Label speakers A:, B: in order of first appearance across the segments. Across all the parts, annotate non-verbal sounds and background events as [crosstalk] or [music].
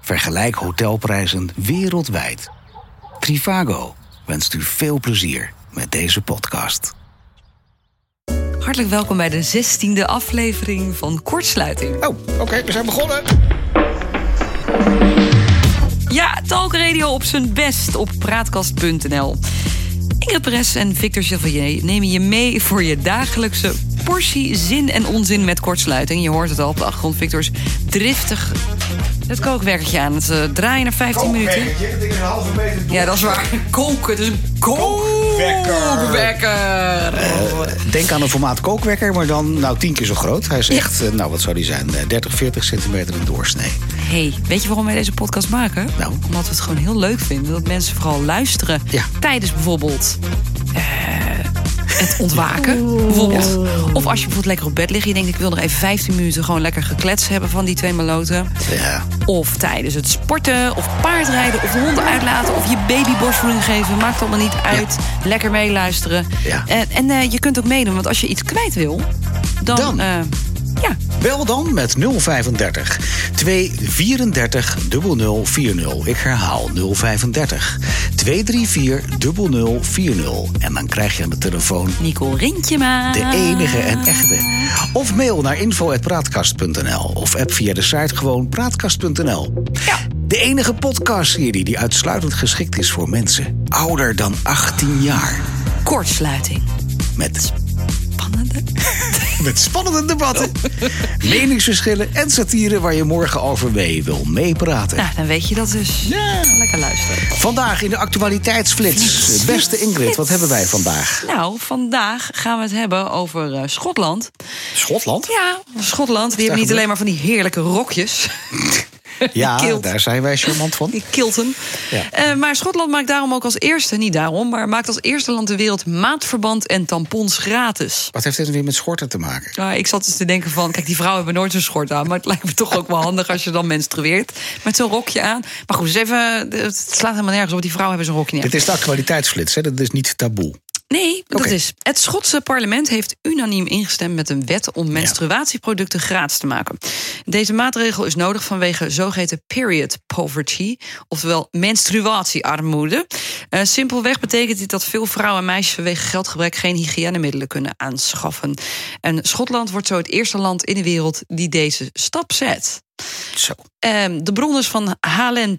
A: Vergelijk hotelprijzen wereldwijd. Trivago wenst u veel plezier met deze podcast.
B: Hartelijk welkom bij de zestiende aflevering van Kortsluiting.
C: Oh, oké, we zijn begonnen.
B: Ja, talkradio op zijn best op praatkast.nl. Inge Pres en Victor Chevalier nemen je mee voor je dagelijkse portie zin en onzin met kortsluiting. Je hoort het al op de achtergrond, Victor's driftig het kookwerkertje aan het eh, draaien na 15 minuten.
C: dat ding is een halve meter
B: Ja, dat is waar. Koken, het is een kookwekker.
C: Denk aan een formaat kookwekker, maar dan nou tien keer zo groot. Hij is echt, eh, nou wat zou die zijn, eh, 30, 40 centimeter in doorsnee.
B: Hey, weet je waarom wij deze podcast maken?
C: Nou?
B: Omdat we het gewoon heel leuk vinden dat mensen vooral luisteren.
C: Ja.
B: Tijdens bijvoorbeeld eh, het ontwaken. bijvoorbeeld. Of als je bijvoorbeeld lekker op bed ligt. en Je denkt, ik wil nog even 15 minuten gewoon lekker gekletst hebben van die twee maloten.
C: Ja,
B: Of tijdens het sporten, of paardrijden, of de honden uitlaten... of je baby borstvoeding geven, maakt allemaal niet uit. Lekker meeluisteren.
C: Ja.
B: En, en eh, je kunt ook meedoen, want als je iets kwijt wil... dan,
C: Dan.
B: eh, ja,
C: bel dan met 035 234 0040. Ik herhaal 035 234 0040. En dan krijg je aan de telefoon
B: Nicole Rintje maar.
C: De enige en echte. Of mail naar info.praatkast.nl. Of app via de site gewoon praatkast.nl.
B: Ja.
C: De enige podcastserie die uitsluitend geschikt is voor mensen ouder dan 18 jaar.
B: Kortsluiting.
C: Met,
B: Spannende.
C: met spannende debatten,
B: Oh.
C: meningsverschillen en satire waar je morgen over mee wil meepraten.
B: Nou, dan weet je dat dus. Lekker luisteren.
C: Vandaag in de actualiteitsflits. Beste Ingrid, wat hebben wij vandaag?
B: Nou, vandaag gaan we het hebben over eh, Schotland.
C: Schotland?
B: Ja, Schotland. Die hebben niet alleen maar van die heerlijke rokjes.
C: [laughs] Ja,
B: Kilt.
C: daar zijn wij charmant van.
B: Die kilten.
C: Ja.
B: Eh, maar Schotland maakt daarom ook als eerste, niet daarom, maar maakt als eerste land ter wereld maatverband en tampons gratis.
C: Wat heeft dit weer met schorten te maken?
B: Nou, ik zat dus te denken van, kijk, die vrouwen hebben nooit zo'n schort aan... maar het lijkt me toch ook wel handig als je dan menstrueert met zo'n rokje aan. Maar goed, dus even, het slaat helemaal nergens op. Die vrouwen hebben zo'n rokje niet aan.
C: Dit is de actualiteitsflits, hè? dat is niet taboe.
B: Nee, dat
C: Oké.
B: is. Het Schotse parlement heeft unaniem ingestemd met een wet om menstruatieproducten gratis te maken. Deze maatregel is nodig vanwege zogeheten period poverty, oftewel menstruatiearmoede. Eh, simpelweg betekent dit dat veel vrouwen en meisjes vanwege geldgebrek geen hygiënemiddelen kunnen aanschaffen. En Schotland wordt zo het eerste land in de wereld die deze stap zet.
C: Zo.
B: Ehm, de bron is van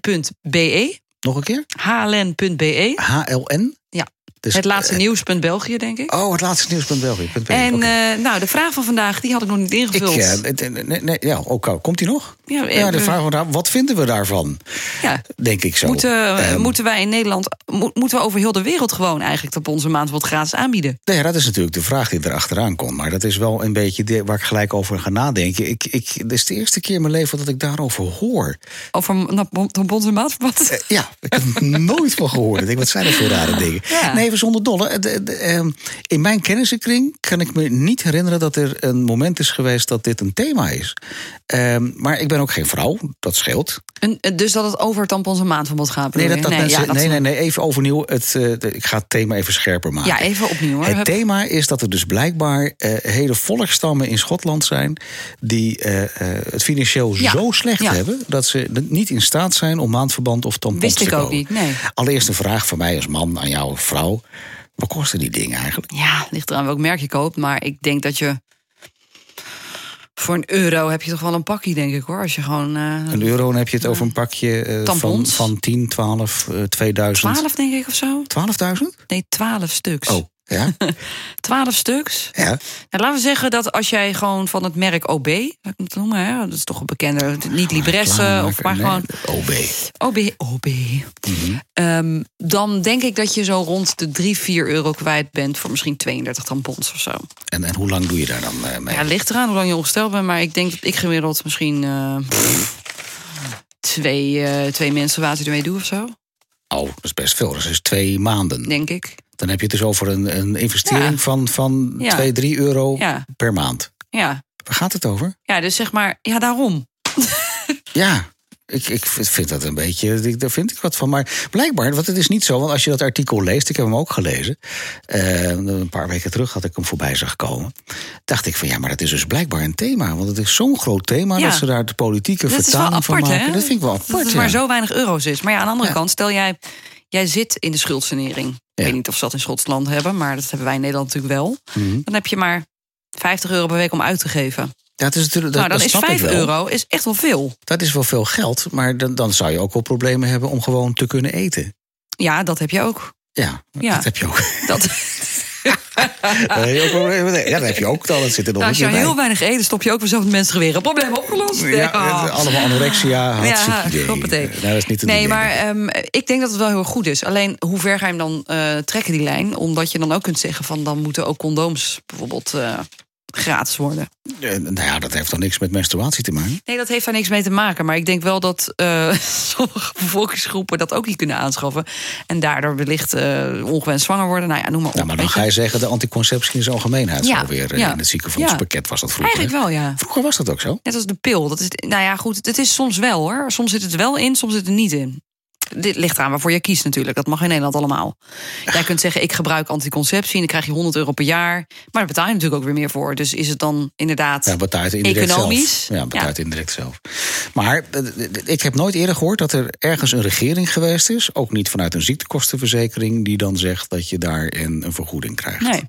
B: hln.be.
C: Nog een keer?
B: hln.be.
C: HLN?
B: Ja.
C: Dus,
B: E. het laatste
C: Ah, eh,
B: nieuws punt België, denk ik.
C: Oh, het laatste nieuws van België. Punt B.
B: En
C: Oké.
B: eh, nou, de vraag van vandaag, die had ik nog niet
C: ik,
B: ingevuld.
C: eh, het- eh, nee, nee, ja, ook al. komt hij nog?
B: Ja, eh,
C: de
B: eh,
C: vraag van daar, wat vinden we daarvan?
B: ja.
C: Denk ik zo.
B: Moeten, eh,
C: ehm.
B: moeten wij in Nederland, mo- moeten we over heel de wereld gewoon eigenlijk dat onze maand wat gratis aanbieden?
C: Nee, dat is natuurlijk de vraag die erachteraan komt. Maar dat is wel een beetje de- waar ik gelijk over ga nadenken. Ik, ik, dit is de eerste keer in mijn leven dat ik daarover hoor.
B: Over m- na- bon- tampons en maandverband?
C: Eh, ja, ik heb er [laughs] nooit van gehoord. Ik denk, wat zijn dat voor rare dingen?
B: Ja.
C: Nee, even zonder dolle. Eh, de- de, ehm, In mijn kennissenkring kan ik me niet herinneren dat er een moment is geweest dat dit een thema is. Ehm, maar ik ben ook geen vrouw, dat scheelt.
B: Een- eh, dus dat het over tampons en maandverband gaat?
C: Nee,
B: bedoel
C: dat, dat
B: je?
C: mensen,
B: ja, dat-
C: nee, nee, nee, even overnieuw. Het, eh, de- ik ga het thema even scherper maken.
B: Ja, even opnieuw hoor.
C: Het
B: Hup.
C: thema is dat er dus blijkbaar eh, hele volkstammen in Schotland zijn. die eh, eh, het financieel
B: Ja,
C: zo slecht
B: ja.
C: hebben. dat ze n- niet in staat zijn om maandverband of tampons
B: Wist
C: te
B: ik ook
C: kopen.
B: niet, nee.
C: Allereerst een vraag van mij als man aan jou, vrouw. Wat kosten die dingen eigenlijk?
B: Ja, ligt eraan welk merk je koopt, maar ik denk dat je... Voor een euro heb je toch wel een pakje, denk ik hoor. Als je gewoon eh
C: Een euro, dan heb je het over een pakje eh, van,
B: Tampons.
C: van 10, 12, eh, 2000.
B: 12 denk ik of zo.
C: 12.000?
B: Nee, 12 stuks.
C: Oh,
B: [laughs]
C: ja.
B: 12 stuks.
C: ja.
B: Nou, laten we zeggen dat als jij gewoon van het merk OB, laat ik het noemen, hè, dat is toch een bekende, niet Libresse, of maar
C: Nee, Oh,
B: gewoon
C: OB.
B: OB, OB. Ehm, dan denk ik dat je zo rond de 3, 4 euro kwijt bent voor misschien 32 tampons of zo.
C: En, en hoe lang doe je daar dan eh, mee?
B: Ja, ligt eraan hoe lang je ongesteld bent, maar ik denk dat ik gemiddeld misschien eh, pff, twee, eh twee menstruatie ermee doe of zo,
C: Oh, dat is best veel. Dat is dus twee maanden.
B: denk ik.
C: Dan heb je het dus over een, een investering
B: Ja.
C: van, van
B: Ja.
C: 2, 3 euro
B: Ja,
C: per maand.
B: ja.
C: Waar gaat het over?
B: ja, dus zeg maar, ja, daarom.
C: Ja, Ik, ik vind vind dat een beetje, ik- daar vind ik wat van. Maar blijkbaar, want het is niet zo, want als je dat artikel leest, ik heb hem ook gelezen. eh, een paar weken terug had ik hem voorbij zag komen. Dacht ik van ja, maar dat is dus blijkbaar een thema. Want het is zo'n groot thema
B: Ja.
C: dat ze daar de politieke
B: Dat is wel
C: vertaling van
B: apart,
C: maken.
B: hè?
C: Dat vind ik wel apart.
B: Dat het maar
C: ja.
B: zo weinig euro's is. Maar ja, aan de andere
C: Ja.
B: kant, stel jij, jij zit in de schuldsanering.
C: Ja.
B: Ik weet niet of ze dat in Schotland hebben, maar dat hebben wij in Nederland natuurlijk wel.
C: Mhm.
B: Dan heb je maar 50 euro per week om uit te geven.
C: Ja, het is natuurlijk, dat,
B: nou, dan
C: dat
B: is
C: snap ik
B: 5
C: wel.
B: euro is echt wel veel.
C: Dat is wel veel geld, maar dan, dan zou je ook wel problemen hebben om gewoon te kunnen eten.
B: Ja, dat heb je ook.
C: Ja,
B: Ja.
C: dat heb
B: [laughs]
C: je ook.
B: Dat,
C: Dan heb je ook problemen. Nee, ja, dat heb je ook dan. Dat zit er nog
B: nou, [laughs] als
C: een
B: je
C: keer bij.
B: heel weinig eet, stop je ook weer zo met mensen weer. Probleem opgelost.
C: Ja, het- allemaal anorexia, hartstikke
B: [laughs]
C: idee.
B: hoppatee.
C: Nou, dat is niet het
B: Nee,
C: idee.
B: maar ehm, ik denk dat het wel heel erg goed is. Alleen hoe ver ga je hem dan eh, trekken, die lijn? Omdat je dan ook kunt zeggen van dan moeten ook condooms bijvoorbeeld eh, gratis worden.
C: Eh, Nou ja, dat heeft dan niks met menstruatie te maken.
B: Nee, dat heeft daar niks mee te maken. Maar ik denk wel dat eh, [laughs] sommige bevolkingsgroepen dat ook niet kunnen aanschaffen. En daardoor wellicht eh, ongewenst zwanger worden. Nou ja, noem maar op.
C: Nou, maar dan
B: weet
C: ga
B: je.
C: je zeggen, de anticonceptie in zijn algemeenheid
B: Ja,
C: zal weer eh,
B: ja,
C: in het ziekenfondspakket was dat vroeger.
B: Eigenlijk wel, ja.
C: hè? Vroeger was dat ook zo.
B: Net als de pil. Dat is, nou ja, goed, het is soms wel hoor. Soms zit het wel in, soms zit het niet in. Dit ligt eraan waarvoor je kiest natuurlijk. Dat mag in Nederland allemaal. Jij kunt zeggen, ik gebruik anticonceptie... en dan krijg je 100 euro per jaar. Maar daar betaal je natuurlijk ook weer meer voor. Dus is het dan inderdaad...
C: Ja, betaalt indirect
B: Economisch?
C: zelf. Ja, betaalt indirect zelf. Maar eh, ik heb nooit eerder gehoord dat er ergens een regering geweest is, ook niet vanuit een ziektekostenverzekering, die dan zegt dat je daarin een vergoeding krijgt.
B: nee,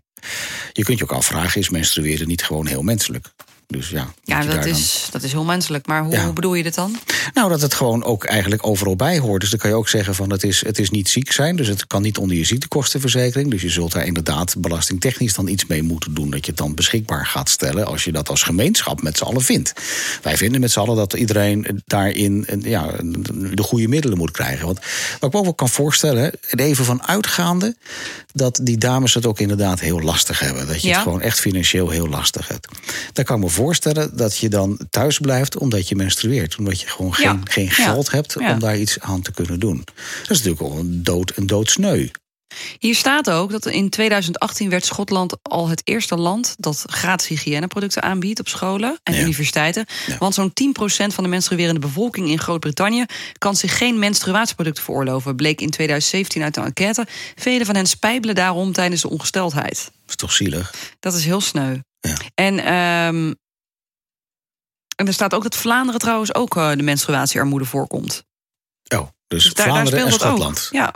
C: Je kunt je ook afvragen, is menstrueren niet gewoon heel menselijk? Dus ja, moet
B: ja,
C: je
B: dat
C: daar dan-
B: is, dat is heel menselijk. Maar hoe,
C: Ja.
B: hoe bedoel je dit dan?
C: Nou, dat het gewoon ook eigenlijk overal bij hoort. Dus dan kan je ook zeggen van het is, het is niet ziek zijn. Dus het kan niet onder je ziektekostenverzekering. Dus je zult daar inderdaad belastingtechnisch dan iets mee moeten doen. Dat je het dan beschikbaar gaat stellen als je dat als gemeenschap met z'n allen vindt. Wij vinden met z'n allen dat iedereen daarin eh, ja, de goede middelen moet krijgen. Want wat ik me ook wel kan voorstellen, er even van uitgaande... dat die dames het ook inderdaad heel lastig hebben. Dat je
B: Ja.
C: het gewoon echt financieel heel lastig hebt. Dan kan ik me voorstellen dat je dan thuis blijft omdat je menstrueert. Omdat je gewoon
B: Ja.
C: geen, geen
B: Ja.
C: geld hebt
B: Ja.
C: om daar iets aan te kunnen doen. Dat is natuurlijk al een dood, een doodsneu.
B: Hier staat ook dat in 2018 werd Schotland al het eerste land... dat gratis hygiëneproducten aanbiedt op scholen en
C: Ja.
B: universiteiten.
C: Ja.
B: Want zo'n 10% van de menstruerende bevolking in Groot-Brittannië... kan zich geen menstruatieproducten veroorloven... bleek in 2017 uit een enquête. Velen van hen spijbelen daarom tijdens de ongesteldheid.
C: Dat is toch zielig?
B: Dat is heel sneu.
C: Ja.
B: En, ehm, en er staat ook dat Vlaanderen trouwens ook eh, de menstruatiearmoede voorkomt.
C: Oh, dus,
B: Dus daar, daar
C: Vlaanderen
B: speelt
C: en
B: dat
C: Schotland.
B: ook. Ja.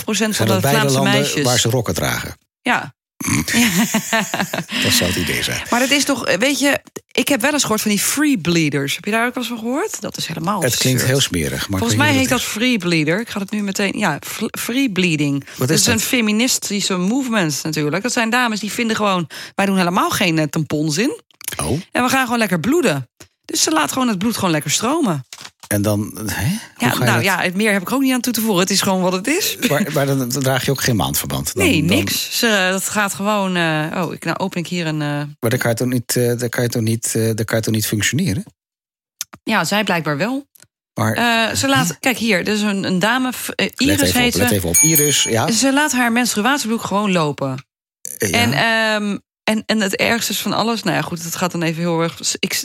B: 11% van
C: Zijn
B: de
C: dat beide
B: Vlaamse
C: landen
B: meisjes.
C: waar ze rokken dragen?
B: Ja.
C: Dat zou het idee zijn.
B: Maar dat is toch, eh, weet je, ik heb wel eens gehoord van die free bleeders. Heb je daar ook wel eens van gehoord? Dat is helemaal.
C: Het klinkt
B: absurd.
C: heel smerig. Maar
B: Volgens
C: ik
B: mij
C: weet
B: heet
C: niet
B: dat
C: wat
B: free bleeder. Ik ga het nu meteen. Ja, fl- free bleeding.
C: Wat
B: dat
C: is
B: is
C: dat?
B: een feministische movement natuurlijk. Dat zijn dames die vinden gewoon. Wij doen helemaal geen eh, tampons in.
C: het is. Oh,
B: En we gaan gewoon lekker bloeden. Dus ze laat gewoon het bloed gewoon lekker stromen.
C: en dan... Hè? Hoe
B: Ja,
C: ga je
B: nou
C: dat-
B: ja, het meer heb ik er ook niet aan toe te voegen. Het is gewoon wat het is.
C: Maar, maar dan draag je ook geen maandverband. Dan-
B: Nee,
C: dan-
B: niks. Ze, dat gaat gewoon. eh, oh, ik, nou open ik hier een. eh,
C: Maar dan kan je toch niet, eh, dan kan je toch niet, eh, dan kan je toch niet functioneren?
B: ja, zij blijkbaar wel.
C: Maar
B: Eh, ze laat, kijk hier, dus een, een dame, f- eh,
C: let,
B: Iris
C: even
B: heet
C: op, let
B: ze.
C: even op. Iris, ja.
B: Ze laat haar menstruatiebloed gewoon lopen.
C: eh, ja.
B: En, ehm, en, en het ergste is van alles, nou ja, goed, het gaat dan even heel erg. Ik,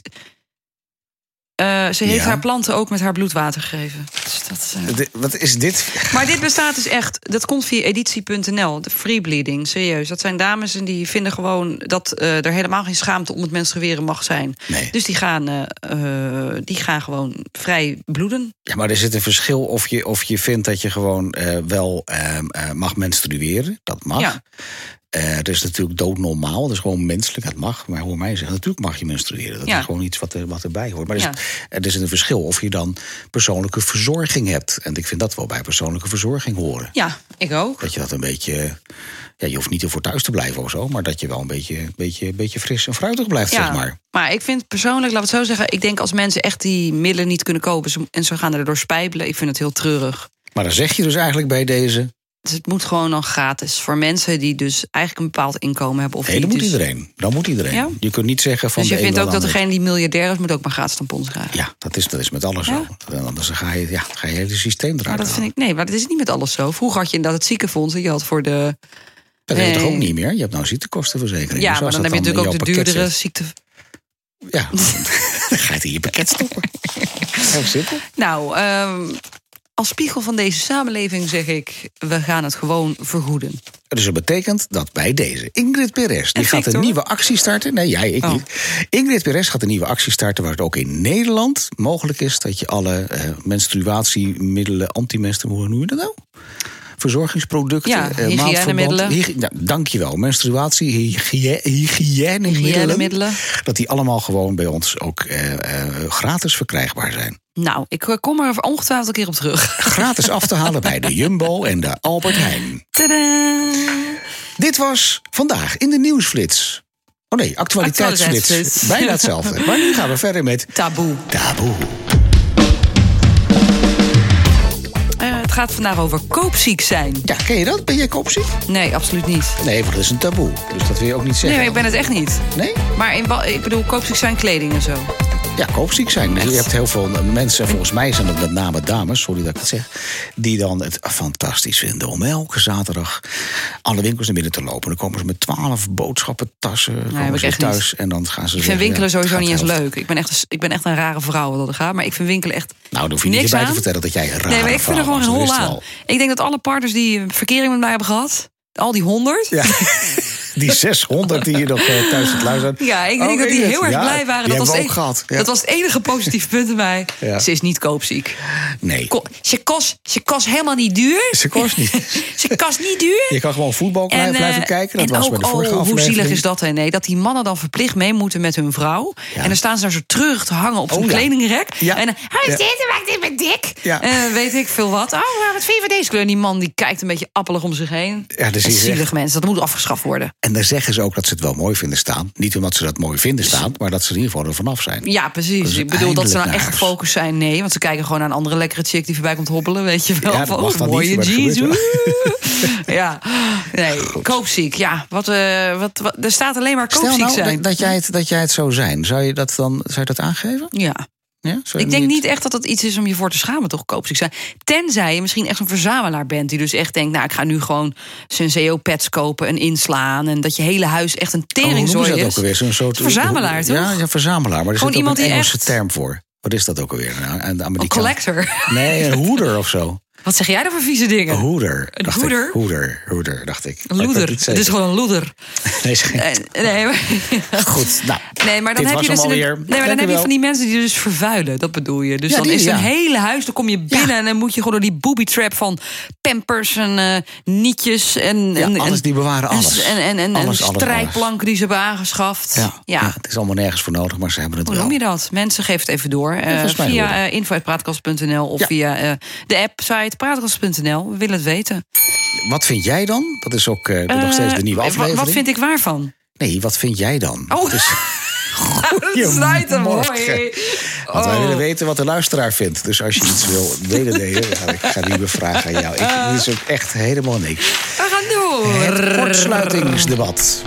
B: eh, ze heeft
C: Ja.
B: haar planten ook met haar bloedwater gegeven. Dus
C: [laughs]
B: dat, eh.
C: Dit- wat is dit?
B: Maar dit bestaat dus echt, dat komt via editie.nl, de free bleeding, serieus. Dat zijn dames en die vinden gewoon dat eh, er helemaal geen schaamte om het menstrueren mag zijn.
C: Nee.
B: Dus die gaan, eh, eh, die gaan gewoon vrij bloeden.
C: Ja, maar er zit een verschil of je, of je vindt dat je gewoon eh, wel ehm, eh, mag menstrueren. Dat mag.
B: Ja.
C: Eh, dat is natuurlijk doodnormaal. Dat is gewoon menselijk. Dat mag. Maar hoor mij zeggen, natuurlijk mag je menstrueren. Dat
B: Ja.
C: is gewoon iets wat, er, wat erbij hoort. Maar er,
B: Ja.
C: is, eh, er zit een verschil of je dan persoonlijke verzorging hebt. En ik vind dat wel bij persoonlijke verzorging horen.
B: Ja, ik ook.
C: Dat je dat een beetje... Ja, je hoeft niet ervoor thuis te blijven of zo. Maar dat je wel een beetje, beetje, beetje fris en fruitig blijft, zeg maar.
B: ik vind persoonlijk, laat ik het zo zeggen, ik denk als mensen echt die middelen niet kunnen kopen ze- en ze gaan erdoor spijbelen, ik vind het heel treurig.
C: Maar dan zeg je dus eigenlijk bij deze...
B: Dus het moet gewoon dan gratis voor mensen die dus eigenlijk een bepaald inkomen hebben. Of
C: Nee,
B: niet
C: dat moet
B: dus,
C: iedereen. Dan moet iedereen.
B: Ja?
C: Je kunt niet zeggen van
B: dus
C: de
B: je
C: ene
B: vindt ook
C: naar
B: dat
C: de ander.
B: degene die miljardair is, moet ook maar gratis tampons krijgen.
C: Ja, dat is, dat is met alles
B: Ja?
C: zo. En anders ga je, ja, ga je hele systeem
B: Maar
C: eruit
B: dat vind
C: halen.
B: ik, nee, maar dat is niet met alles zo. Vroeger had je inderdaad het ziekenfonds. en Je had voor de.
C: Dat heb je toch
B: Nee.
C: ook niet meer? Je hebt nou ziektekostenverzekering.
B: Ja,
C: Dus
B: maar
C: als
B: dan heb
C: dat
B: je natuurlijk
C: in
B: ook
C: [laughs]
B: de
C: jouw pakket
B: duurdere
C: zit- [laughs]
B: ziekte.
C: Ja, dan ga je het in je pakket stoppen. Heel simpel.
B: [laughs] Nou, ehm, als spiegel van deze samenleving zeg ik... we gaan het gewoon vergoeden.
C: Dus dat betekent dat bij deze Ingrid Perez... die
B: En
C: gaat een
B: Victor?
C: nieuwe actie starten. Nee, jij, ik
B: Oh.
C: niet. Ingrid Perez gaat een nieuwe actie starten... waar het ook in Nederland mogelijk is... dat je alle eh, menstruatiemiddelen, antimenstruatie... hoe noem je dat nou? Verzorgingsproducten,
B: Ja,
C: eh,
B: hygiënemiddelen.
C: maandverband, hygi- nou, dankjewel. Menstruatie, hygië- hygiënemiddelen.
B: Hygiënemiddelen.
C: Dat die allemaal gewoon bij ons ook eh, eh, gratis verkrijgbaar zijn.
B: Nou, ik eh, kom er ongetwijfeld een keer op terug.
C: Gratis af te halen bij de Jumbo en de Albert Heijn.
B: Tadaa!
C: Dit was vandaag in de nieuwsflits. Oh nee, actualiteitsflits.
B: Actualiteitsflits.
C: Bijna hetzelfde. Maar nu gaan we verder met
B: Taboe.
C: taboe.
B: Eh, het gaat vandaag over koopziek zijn.
C: Ja, ken je dat? Ben jij kopziek?
B: Nee, absoluut niet.
C: Nee, want dat is een taboe. Dus dat wil je ook niet
B: Nee,
C: zeggen.
B: maar ik ben het echt niet.
C: Nee?
B: Maar in, wa- ik bedoel, koopziek zijn kleding en zo.
C: Ja, koopziek zijn.
B: Echt?
C: Je hebt heel veel mensen, en volgens mij zijn dat met name dames, sorry dat ik het zeg, die dan het fantastisch vinden om elke zaterdag alle winkels naar binnen te lopen. Dan komen ze met twaalf boodschappentassen
B: heb
C: komen
B: ik
C: ze
B: echt
C: thuis en dan gaan ze.
B: Ik vind winkelen sowieso niet eens
C: leuk.
B: leuk. Ik ben echt, een s- ik ben echt een rare vrouw wat dat gaat. Maar ik vind winkelen echt
C: Nou, dan hoef je niet
B: Niks
C: erbij te
B: aan.
C: vertellen dat jij een raar
B: Nee, maar ik vind er gewoon een hol aan. Ik denk dat alle partners die eh, verkering met mij hebben gehad, al die honderd. Ja.
C: Ja. Die 600 die je nog eh, thuis het luisteren.
B: ik
C: Oh,
B: denk dat die
C: Ingrid.
B: heel erg
C: Ja,
B: blij waren.
C: Die hebben
B: Dat was,
C: we
B: het
C: ook
B: enige-
C: gehad. Ja.
B: dat was het enige positieve punt bij mij.
C: [laughs] Ja.
B: Ze is niet koopziek.
C: Nee,
B: Ko- ze, kost, ze kost helemaal niet duur.
C: ze kost niet.
B: [laughs] ze kost niet duur.
C: Je kan gewoon voetbal blijven,
B: eh,
C: blijven kijken. Dat
B: en
C: was
B: ook,
C: bij de vorige
B: oh, hoe
C: aflevering.
B: zielig is dat? Hè? Nee, dat die mannen dan verplicht mee moeten met hun vrouw. En dan staan ze daar zo terug te hangen op zo'n
C: Oh, ja.
B: kledingrek.
C: Ja.
B: En dan, hij is
C: Ja.
B: dit, hij maakt dit met dik.
C: Ja.
B: Eh, weet ik veel wat. Oh, maar wat vind je van deze kleur? En die man die kijkt een beetje appelig om zich heen.
C: Ja, dat is
B: Echt
C: hier
B: zielig
C: echt-
B: mensen, dat moet afgeschaft worden.
C: En dan zeggen ze ook dat ze het wel mooi vinden staan. Niet omdat ze dat mooi vinden staan, maar dat ze er in ieder geval er vanaf zijn.
B: Ja,
C: Dat is
B: precies. Ik bedoel dat ze nou
C: eindelijk
B: echt
C: naar huis.
B: gefocust zijn. Nee, want ze kijken gewoon naar een andere lekkere chick die voorbij komt hobbelen. Weet je wel.
C: Ja, dat
B: Van,
C: mag
B: oh,
C: dan niet,
B: mooie
C: maar dat
B: jeans.
C: gebeurt
B: oeh. [laughs] ja, nee, koopziek. Ja, wat, eh, wat, wat, er staat alleen maar koopziek
C: Stel nou
B: zijn.
C: dat- dat jij, het, dat jij het zou zijn. Zou je dat dan zou je dat aangeven?
B: Ja.
C: Ja? Zou je
B: Ik denk niet echt dat dat iets is om je voor te schamen, toch? Koopziek zijn. Tenzij je misschien echt een verzamelaar bent. Die dus echt denkt, nou, ik ga nu gewoon Senseo-pads kopen en inslaan. En dat je hele huis echt een
C: Oh, hoe noemen ze
B: teringzooi
C: dat
B: is.
C: ook alweer? Zo'n soort...
B: Verzamelaar, toch?
C: Ja, ja, verzamelaar. Maar er
B: Gewoon
C: zit ook
B: iemand
C: een
B: die
C: Engelse
B: echt-
C: term voor. Wat is dat ook alweer? Een, een
B: Een
C: Amerikaan-
B: collector. [laughs]
C: Nee, een hoeder of zo.
B: Wat zeg jij dan voor vieze dingen?
C: Een hoeder.
B: Een
C: dacht
B: hoeder?
C: Ik. Hoeder, hoeder, dacht ik. Maar
B: Een
C: Oh, ik weet
B: loeder.
C: niet
B: Het is
C: zeker.
B: gewoon een loeder.
C: Nee, is geen-
B: Eh, [laughs] Nee, maar,
C: Goed, nou.
B: nee, maar dan
C: dit
B: heb
C: was
B: je dus
C: hem
B: in
C: alweer.
B: een- nee, maar dan heb je
C: Dankjewel.
B: van die mensen die dus vervuilen. Dat bedoel je. Dus
C: Ja,
B: dan
C: die,
B: is
C: ja.
B: een hele huis. Dan kom je binnen en dan moet je gewoon door die booby trap van pampers en eh, nietjes en,
C: Ja,
B: en,
C: alles,
B: en-
C: die bewaren
B: en-
C: alles.
B: En, en, en, en
C: Alles, alles,
B: strijkplanken
C: alles.
B: die ze hebben aangeschaft.
C: Ja, ja.
B: ja.
C: het is allemaal nergens voor nodig, maar ze hebben het
B: Hoe
C: wel.
B: noem je dat? Mensen, geef het even door. Eh,
C: volgens mij
B: via
C: horen.
B: eh, info.praatkast.nl of
C: Ja.
B: via eh, de app-site praatkast.nl. We willen het weten.
C: Wat vind jij dan? Dat is ook eh, nog steeds de
B: Eh,
C: nieuwe
B: wa-
C: aflevering.
B: Wat vind ik waarvan?
C: Nee, wat vind jij dan?
B: Oh, [laughs] dat snijdt hem, hoor.
C: Goedemorgen. Want wij
B: Oh.
C: willen weten wat de luisteraar vindt. Dus als je iets
B: [laughs]
C: wil mededelen, dan ga ik ga die bevragen aan jou.
B: Ah.
C: Ik, dit is ook echt helemaal niks.
B: We gaan door.
C: Het kortsluitingsdebat.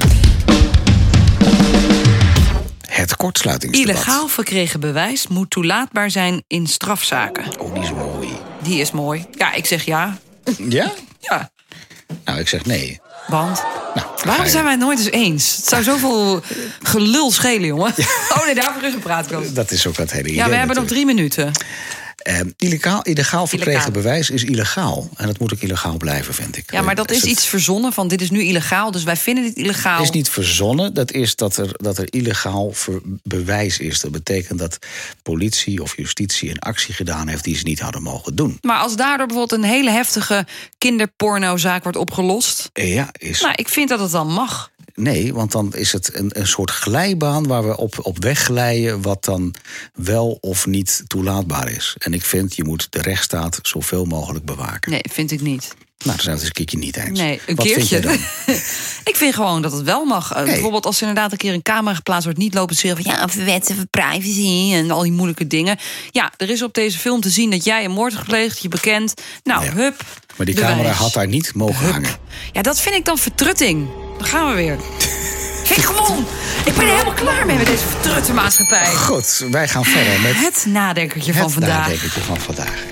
C: Het kortsluitingsdebat.
B: Illegaal verkregen bewijs moet toelaatbaar zijn in strafzaken.
C: Oh, die is mooi.
B: Die is mooi. Ja, ik zeg ja.
C: Ja?
B: Ja,
C: Nou, ik zeg nee.
B: want
C: Nou, ga
B: waarom
C: je.
B: zijn wij het nooit eens eens? Het zou zoveel gelul schelen, jongen. [laughs] Oh nee, daarvoor is een praatkast.
C: Dat is ook dat hele idee.
B: Ja, we hebben nog
C: natuurlijk.
B: drie minuten.
C: Ehm, illegaal, illegaal verkregen
B: Illegaal.
C: bewijs is illegaal. En dat moet ook illegaal blijven, vind ik.
B: Ja, maar dat
C: Dus
B: is
C: het
B: iets verzonnen van dit is nu illegaal, dus wij vinden dit illegaal.
C: is niet verzonnen. Dat is dat er, dat er illegaal ver- bewijs is. Dat betekent dat politie of justitie een actie gedaan heeft die ze niet hadden mogen doen.
B: Maar als daardoor bijvoorbeeld een hele heftige kinderpornozaak wordt opgelost...
C: Eh, Ja, is.
B: Nou, ik vind dat het dan mag.
C: Nee, want dan is het een, een soort glijbaan waar we op, op weg glijden. wat dan wel of niet toelaatbaar is. En ik vind, je moet de rechtsstaat zoveel mogelijk bewaken.
B: Nee, vind ik niet.
C: Nou, daar zijn we het eens een keertje niet eens.
B: Nee, een
C: Wat vind
B: keertje.
C: je dan?
B: [laughs] ik vind gewoon dat het wel mag. Eh, Bijvoorbeeld als er inderdaad een keer een camera geplaatst wordt... niet lopen te zeggen van ja, over wetten, over privacy en al die moeilijke dingen. Ja, er is op deze film te zien dat jij een moord hebt gepleegd, je bekend. Nou,
C: Ja.
B: hup,
C: Maar die
B: bewijs.
C: camera had daar niet mogen hangen.
B: Ja, dat vind ik dan vertrutting. Dan gaan we weer.
C: [laughs]
B: Vind ik gewoon. Ik ben er helemaal klaar mee met deze vertrutte maatschappij.
C: Goed, wij gaan verder met
B: Het nadenkertje van
C: het
B: vandaag.
C: nadenkertje van vandaag.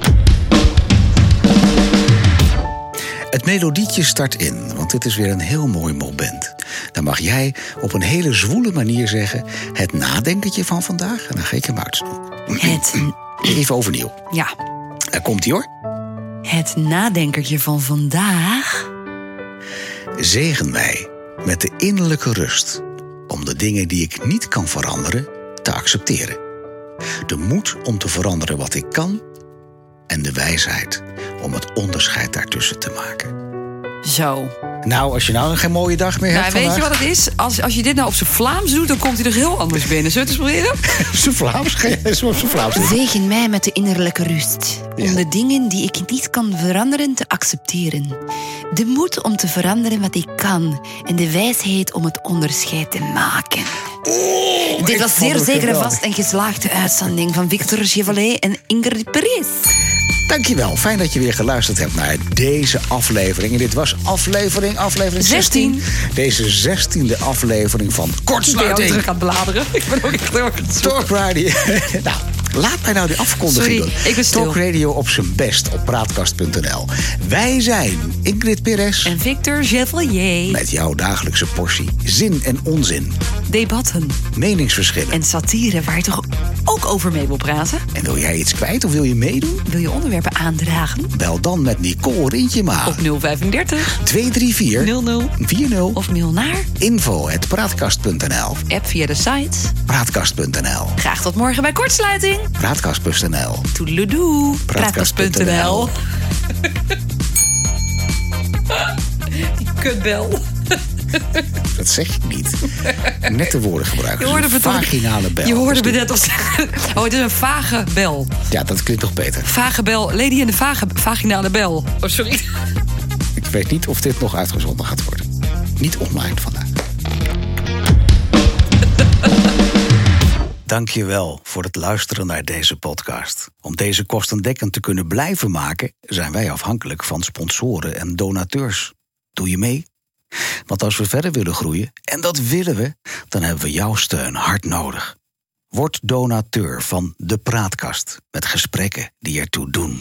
C: Het melodietje start in, want dit is weer een heel mooi moment. Dan mag jij op een hele zwoele manier zeggen... het nadenkertje van vandaag, en dan ga ik hem uitzoeken.
B: Het
C: Even overnieuw.
B: Ja.
C: Daar komt hij hoor.
B: Het nadenkertje van vandaag.
A: Zegen mij met de innerlijke rust om de dingen die ik niet kan veranderen te accepteren. De moed om te veranderen wat ik kan en de wijsheid om het onderscheid daartussen te maken.
B: Zo.
C: Nou, als je nou geen mooie dag meer
B: Nou,
C: hebt
B: weet je
C: vandaag.
B: wat het is? Als, als je dit nou op zijn Vlaams doet, dan komt hij er heel anders binnen. Zullen we het eens proberen?
C: [laughs] Ze Vlaams, geen
B: [laughs]
C: ze Vlaams.
D: Zegen mij met de innerlijke rust. Om
C: Ja.
D: de dingen die ik niet kan veranderen te accepteren. De moed om te veranderen wat ik kan. En de wijsheid om het onderscheid te maken. Dit
C: Oh, ik
D: was
C: vond
D: zeer
C: het
D: zeker en
C: geweldig.
D: vast een geslaagde uitzending van Victor Chevrolet en Ingrid Perez.
C: Dankjewel. Fijn dat je weer geluisterd hebt naar deze aflevering. En dit was aflevering, aflevering 16. Deze 16e aflevering van
B: Ik ben jou terug
C: Kortsluiting.
B: aan het bladeren. Ik ben ook echt heel erg aan het zoeken.
C: Talk Radio. [laughs] nou, laat mij nou die afkondiging
B: Sorry,
C: doen.
B: ik ben stil.
C: Talk Radio op zijn best op praatkast.nl. Wij zijn Ingrid Perez.
B: En Victor Chevalier.
C: Met jouw dagelijkse portie zin en onzin,
B: Debatten
C: meningsverschillen.
B: en satire waar je toch ook over mee wil praten?
C: En wil jij iets kwijt of wil je meedoen?
B: Wil je onderwerpen aandragen?
C: Bel dan met Nicole Rintjema.
B: Op 035
C: 234
B: 00
C: 40
B: of mail naar
C: info at praatkast.nl.
B: app via de site.
C: Praatkast.nl.
B: Graag tot morgen bij Kortsluiting.
C: Praatkast.nl.
B: Toedeledoe. Praatkast.nl [laughs] Die kutbel.
C: Dat zeg ik
B: [laughs]
C: niet. Nette woorden gebruiken.
B: Je hoorde
C: een
B: me toch-
C: vaginale bel.
B: Je hoorde
C: Dat
B: me
C: is
B: net al zeggen. Oh, het is een vage bel.
C: niet- Ja, dat klinkt toch beter.
B: Vage bel. Lady in de vage, vaginale bel. Oh, sorry.
C: Ik weet niet of dit nog uitgezonden gaat worden. Niet online vandaag.
A: Dank je wel voor het luisteren naar deze podcast. Om deze kostendekkend te kunnen blijven maken, zijn wij afhankelijk van sponsoren en donateurs. Doe je mee? Want als we verder willen groeien, en dat willen we, dan hebben we jouw steun hard nodig. Word donateur van De Praatkast met gesprekken die ertoe doen.